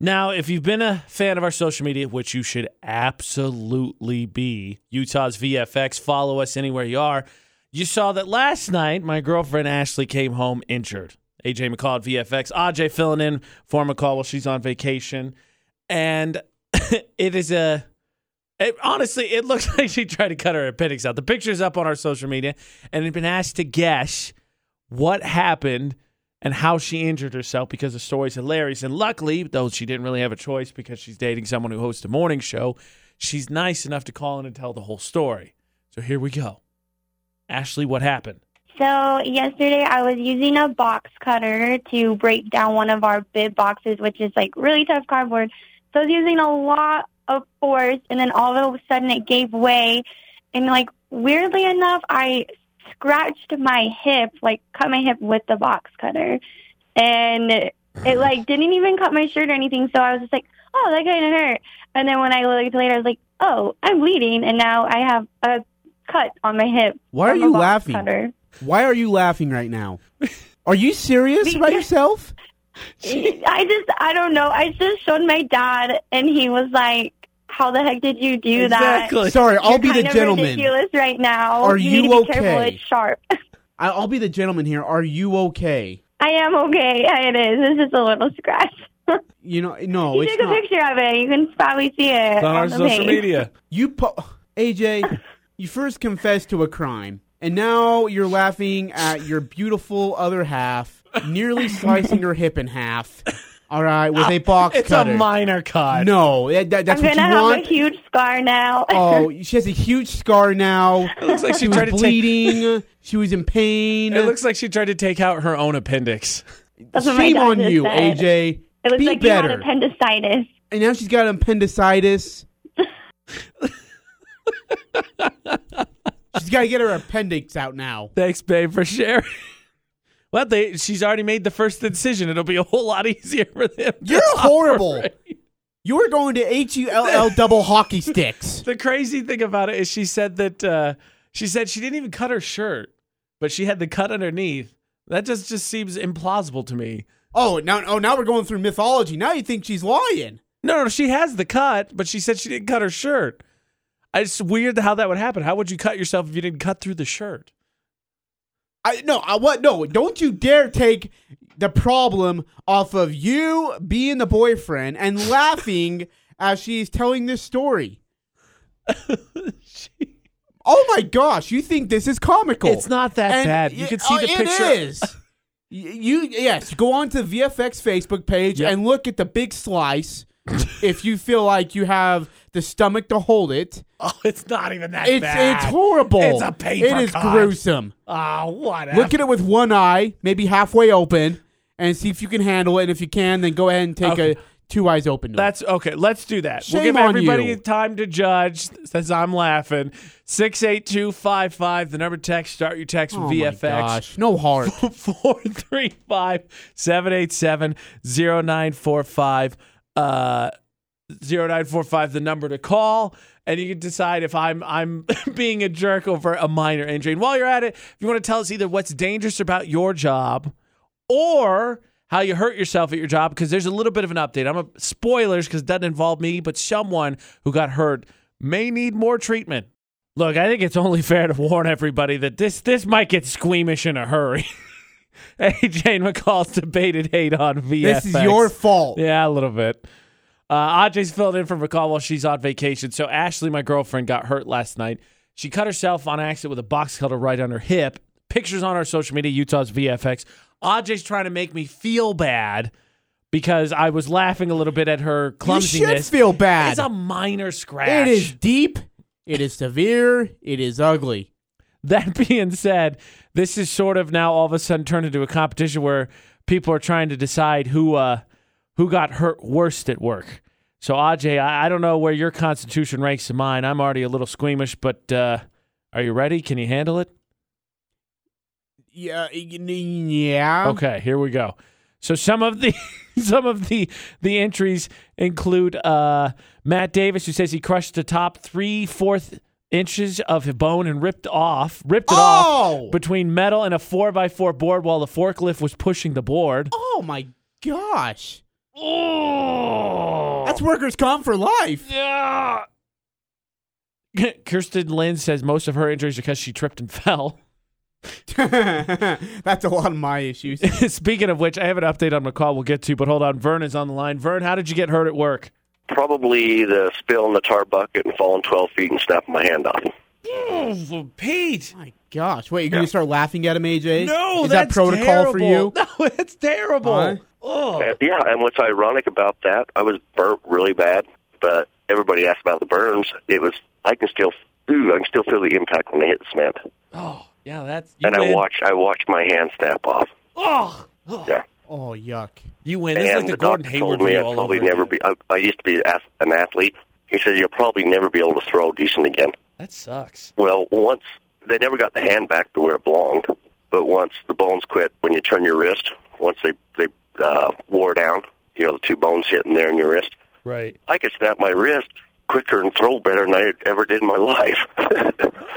Now, if you've been a fan of our social media, which you should absolutely be, Utah's VFX, follow us anywhere you are. You saw that last night my girlfriend Ashley came home injured. AJ McCall at VFX, AJ filling in for McCall while she's on vacation. And it is a it, honestly, it looks like she tried to cut her appendix out. The picture's up on our social media, and had been asked to guess what happened and how she injured herself because the story's hilarious. And luckily, though she didn't really have a choice because she's dating someone who hosts a morning show, she's nice enough to call in and tell the whole story. So here we go. Ashley, what happened? So yesterday I was using a box cutter to break down one of our bib boxes, which is like really tough cardboard. So I was using a lot of force and then all of a sudden it gave way and like weirdly enough I scratched my hip, like cut my hip with the box cutter. And Uh-huh. it like didn't even cut my shirt or anything, so I was just like, Oh, that kinda hurt and then when I looked later I was like, Oh, I'm bleeding and now I have a cut on my hip. Why are from a you box laughing? Cutter. Why are you laughing right now? Are you serious about yourself? I just, I don't know. I just showed my dad, and he was like, "How the heck did you do that?" Sorry, I'll You're be the kind of gentleman. Ridiculous right now. Are need you to be Careful, okay? it's sharp. I- I'll be the gentleman here. Are you okay? I am okay. It is. It's just a little scratch. You know, no, You Oh, it's took a not. picture of it. You can probably see it on our the social page. media. You, po- AJ, you first confessed to a crime, and now you're laughing at your beautiful other half, nearly slicing her hip in half. All right, with a box Ah, It's cutter. a minor cut. no, that, that, that's I'm what you gonna have want. a huge scar now. oh, she has a huge scar now. It looks like she She was tried to take. bleeding. she was in pain. It looks like she tried to take out her own appendix. That's what my Shame dad on just you, said. AJ. It looks Be like you better. had appendicitis. and now she's got appendicitis. she's got to get her appendix out now. Thanks, babe, for sharing. Well, they, she's already made the first incision. It'll be a whole lot easier for them. to You're horrible. operate. You are going to H U L L double hockey sticks. The crazy thing about it is she said that uh, she said she didn't even cut her shirt, but she had the cut underneath. That just just seems implausible to me. Oh, now oh now we're going through mythology. Now you think she's lying. No, no, she has the cut, but she said she didn't cut her shirt. It's weird how that would happen. How would you cut yourself if you didn't cut through the shirt? I no, I what no, don't you dare take the problem off of you being the boyfriend and laughing as she's telling this story. She- Oh my gosh, you think this is comical. It's not that And bad. You y- can see oh, the picture. It is. Y- you yes, go on to the VFX Facebook page Yep. and look at the big slice if you feel like you have the stomach to hold it. Oh, it's not even that It's bad. it's horrible. It's a paper It is cut. gruesome. Oh, what? Look at it with one eye, maybe halfway open, and see if you can handle it. And if you can, then go ahead and take Okay. a two eyes open. to it. That's okay. Let's do that. we'll Shame give on everybody you. time to judge since I'm laughing. 68255, the number text, start your text oh with VFX. My gosh, no heart. 435 787 0945. Uh, 0945 the number to call and you can decide if I'm I'm being a jerk over a minor injury. And while you're at it, if you want to tell us either what's dangerous about your job or how you hurt yourself at your job because there's a little bit of an update. I'm a spoilers because it doesn't involve me, but someone who got hurt may need more treatment. Look, I think it's only fair to warn everybody that this this might get squeamish in a hurry. AJ McCall's debated hate on VFX. This is your fault. Yeah, a little bit. Uh, Ajay's filled in for McCall while she's on vacation. So Ashley, my girlfriend, got hurt last night. She cut herself on accident with a box cutter right on her hip. Pictures on our social media, Utah's VFX. Ajay's trying to make me feel bad because I was laughing a little bit at her You should clumsiness. feel bad. It's a minor scratch. It is deep. It is severe. It is ugly. That being said, this is sort of now all of a sudden turned into a competition where people are trying to decide who uh, who got hurt worst at work. So Ajay, I, I don't know where your constitution ranks in mine. I'm already a little squeamish, but uh, are you ready? Can you handle it? Yeah. y- y- Yeah. Okay, here we go. So some of the some of the the entries include uh, Matt Davis, who says he crushed the top three fourth inches of his bone and ripped off ripped it Oh! off between metal and a four by four board while the forklift was pushing the board. Oh my Oh gosh. Oh. That's workers' comp for life. Yeah. Kirsten Lynn says most of her injuries are because she tripped and fell. That's a lot of my issues. Speaking of which, I have an update on McCall we'll get to, but hold on. Vern is on the line. Vern, how did you get hurt at work? Probably the spill in the tar bucket and falling 12 feet and snapping my hand off. Oh, Pete. my gosh. Wait, you're going to start laughing at him, AJ? No, Is that that's protocol for terrible. you? No, that's terrible. Huh? Oh. And, yeah, and what's ironic about that, I was burnt really bad, but everybody asked about the burns. It was, I can still, ooh, I can still feel the impact when they hit the cement. oh, yeah, that's. You And win. I watched, I watched my hand snap off. Oh. Oh. Yeah. Oh, yuck. You win. This is and like the, the Gordon doctor Hayward told me video I'd all probably over never again. be, I, I used to be ath- an athlete. He said, you'll probably never be able to throw decent again. That sucks. Well, once they never got the hand back to where it belonged, but once the bones quit, when you turn your wrist, once they they uh, wore down, you know the two bones hitting there in your wrist. Right. I could snap my wrist quicker and throw better than I ever did in my life.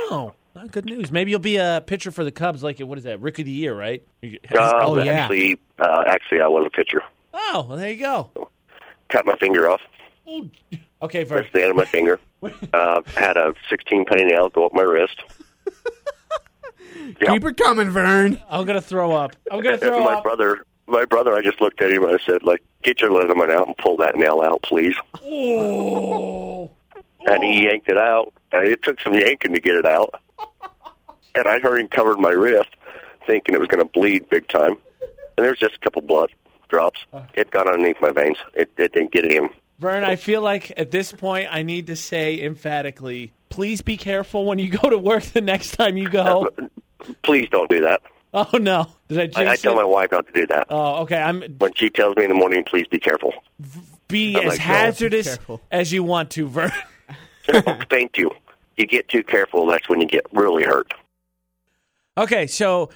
Oh, not good news. Maybe you'll be a pitcher for the Cubs, like what is that, Rick of the Year, right? You- uh, Oh, yeah. Actually, uh, actually, I was a pitcher. oh, well, there you go. Cut my finger off. Okay, Vern. That's the end of my finger. Uh, had a 16 penny nail go up my wrist. Yeah. Keep it coming, Vern. I'm gonna throw up. I'm gonna And throw my up. brother, my brother, I just looked at him and I said, "Like, get your ligament out and pull that nail out, please." Oh. and he yanked it out. And it took some yanking to get it out. And I heard him covered my wrist, thinking it was going to bleed big time. And there was just a couple blood drops. Uh. It got underneath my veins. It, it didn't get in. Vern, I feel like at this point I need to say emphatically, please be careful when you go to work the next time you go. Please don't do that. Oh no. Did I jinx I, I tell it? my wife not to do that. Oh, okay. I'm When she tells me in the morning, please be careful. be I'm as like, no, hazardous careful. as you want to, Vern. Thank you. You get too careful, that's when you get really hurt. Okay, so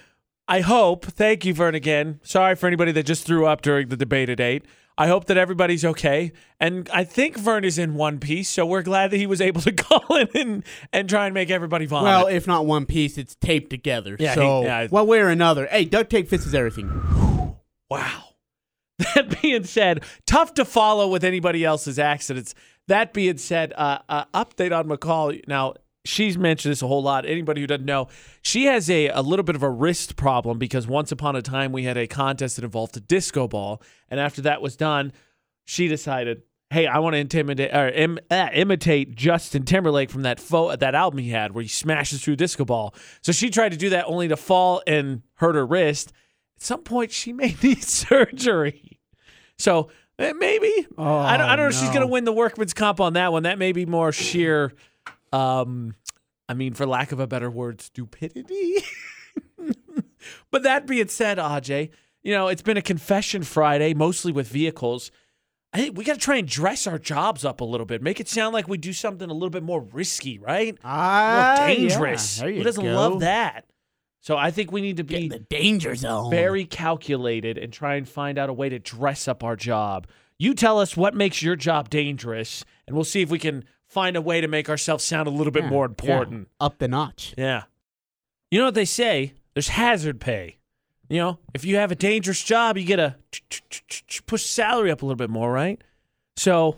I hope, thank you, Vern, again. Sorry for anybody that just threw up during the debate at eight. I hope that everybody's okay. And I think Vern is in one piece, so we're glad that he was able to call in and, and try and make everybody vomit. Well, if not one piece, it's taped together. Um, Yeah, so, he- yeah. one way or another. Hey, duct tape fixes everything. wow. That being said, tough to follow with anybody else's accidents. That being said, uh, uh, update on McCall. Now, she's mentioned this a whole lot. Anybody who doesn't know, she has a, a little bit of a wrist problem because once upon a time we had a contest that involved a disco ball. And after that was done, she decided, hey, I want to intimidate or im- uh, imitate Justin Timberlake from that fo- that album he had where he smashes through a disco ball. So she tried to do that only to fall and hurt her wrist. At some point, she may need surgery. So eh, maybe Oh, I don't. I don't know if she's no. going to win the workman's comp on that one. That may be more sheer. Um, I mean, for lack of a better word, stupidity. but that being said, Aj, you know, it's been a confession Friday, mostly with vehicles. I think we got to try and dress our jobs up a little bit, make it sound like we do something a little bit more risky, right? Ah, More yeah, dangerous. there you Who doesn't go. love that? So I think we need to Get in be the danger zone. very calculated and try and find out a way to dress up our job. You tell us what makes your job dangerous, and we'll see if we can find a way to make ourselves sound a little bit Yeah, more yeah. important. Up the notch. Yeah. You know what they say? There's hazard pay. You know, if you have a dangerous job, you get a push salary up a little bit more, right? So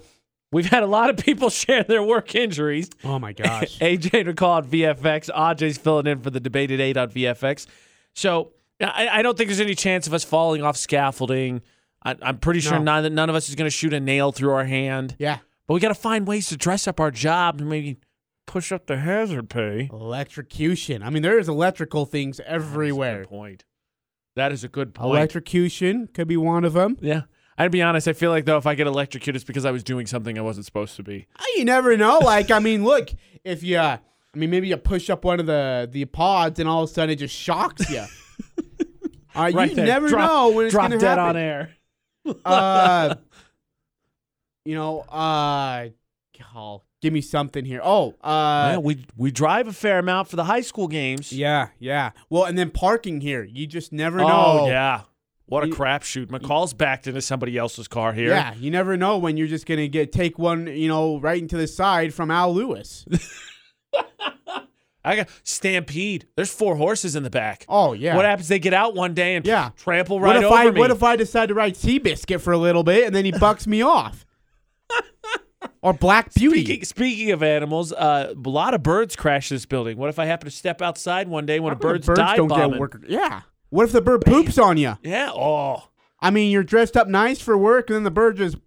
we've had a lot of people share their work injuries. Oh, my gosh. AJ recall on VFX. AJ's filling in for the debate at eight on VFX. So I, I don't think there's any chance of us falling off scaffolding. I, I'm pretty sure No. none, none of us is going to shoot a nail through our hand. yeah. But we got to find ways to dress up our job to maybe push up the hazard pay. Electrocution. I mean, there Oh, is electrical things everywhere. That's a good point. That is a good point. Electrocution could be one of them. yeah. I'd be honest. I feel like though, if I get electrocuted, it's because I was doing something I wasn't supposed to be. Ah, You never know. Like, I mean, look, if you, uh, I mean, maybe you push up one of the the pods and all of a sudden it just shocks you. Uh, Right you there. never Drop- know when it's Drop gonna dead happen. on air. Uh, you know, uh, call. Give me something here. Oh, yeah, uh, we we drive a fair amount for the high school games. yeah, yeah. Well, and then parking here. You just never know. Oh yeah. What a You- crapshoot. McCall's backed into somebody else's car here. Yeah, you never know when you're just gonna get take one, you know, right into the side from Al Lewis. I got stampede. There's four horses in the back. Oh, yeah. What happens? They get out one day and Yeah. trample right what if over I me. what if I decide to ride Seabiscuit for a little bit and then he bucks me off? or Black Beauty. Speaking, speaking of animals, uh, a lot of birds crash this building. What if I happen to step outside one day when a What bird's if birds dive don't bombing? get work. Yeah. What if the bird poops on you? Yeah. Oh. I mean, you're dressed up nice for work, and then the bird just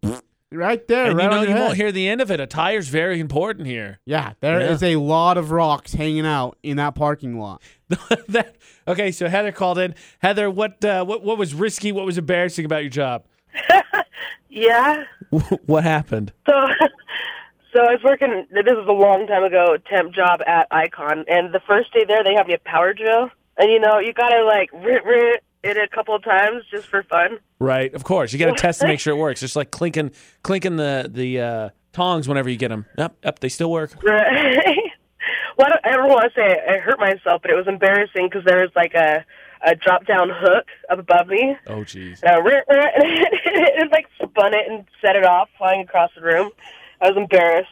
right there, And right you on know your you head. won't hear the end of it. A tire's very important here. Yeah, there is Yeah. a lot of rocks hanging out in that parking lot. that, okay, so Heather called in. Heather, what uh, what what was risky? What was embarrassing about your job? Yeah. what happened? So, so I was working. This was a long time ago. Temp job at Icon, and the first day there, they have me a power drill, and you know, you gotta like rit rit it a couple of times just for fun. Right, of course. You got to test to make sure it works. Just like clinking clinking the the uh, tongs whenever you get them. Yep, yep, they still work. Right. well, I don't ever want to say I hurt myself, but it was embarrassing because there was like a a drop down hook up above me, Oh, jeez. and I rit rit and it like spun it and set it off, flying across the room. I was embarrassed.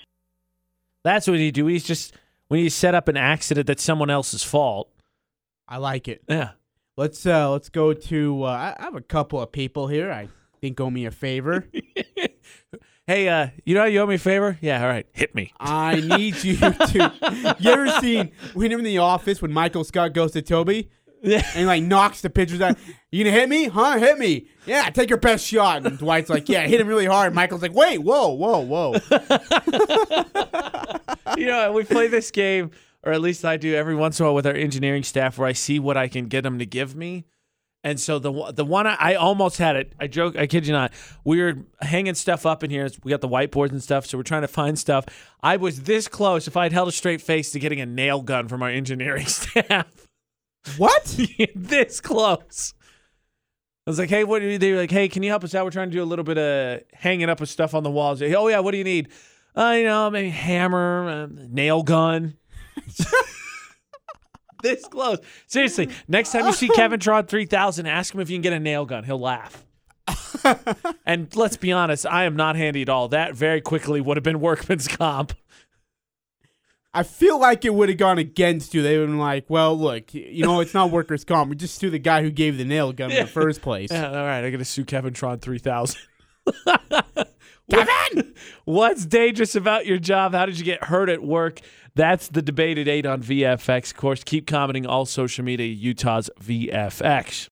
That's what you do. We just we need to set up an accident that's someone else's fault. I like it. Yeah. Let's uh, let's go to. Uh, I- I have a couple of people here. I think owe me a favor. Hey, uh, you know how you owe me a favor? Yeah, all right. Hit me. I need you to. You ever seen when in the office when Michael Scott goes to Toby and like knocks the pitchers out? You gonna hit me? Huh? Hit me? Yeah, take your best shot. And Dwight's like, yeah, hit him really hard. Michael's like, wait, whoa, whoa, whoa. you know, we play this game, or at least I do every once in a while with our engineering staff, where I see what I can get them to give me. And so the one- the one I, I almost had it. I joke. I kid you not. We were hanging stuff up in here. We got the whiteboards and stuff. So we're trying to find stuff. I was this close. If I had held a straight face to getting a nail gun from our engineering staff, What? this close. I was like, hey, what do you? They were like, hey, can you help us out? We're trying to do a little bit of hanging up of stuff on the walls. Hey, oh yeah, what do you need? Uh, you know, maybe hammer, um, nail gun. this close. Seriously, next time you see Kevin Tron three thousand, ask him if you can get a nail gun. He'll laugh. and let's be honest, I am not handy at all. That very quickly would have been workman's comp. I feel like it would have gone against you. They would have been like, well, look, you know, it's not workers' comp. We just sue the guy who gave the nail gun in the first place. Yeah, all right, I gotta sue Kevin Tron three thousand. Kevin, what's dangerous about your job? How did you get hurt at work? That's the debate at eight on VFX. Of course, keep commenting all social media. Utah's VFX.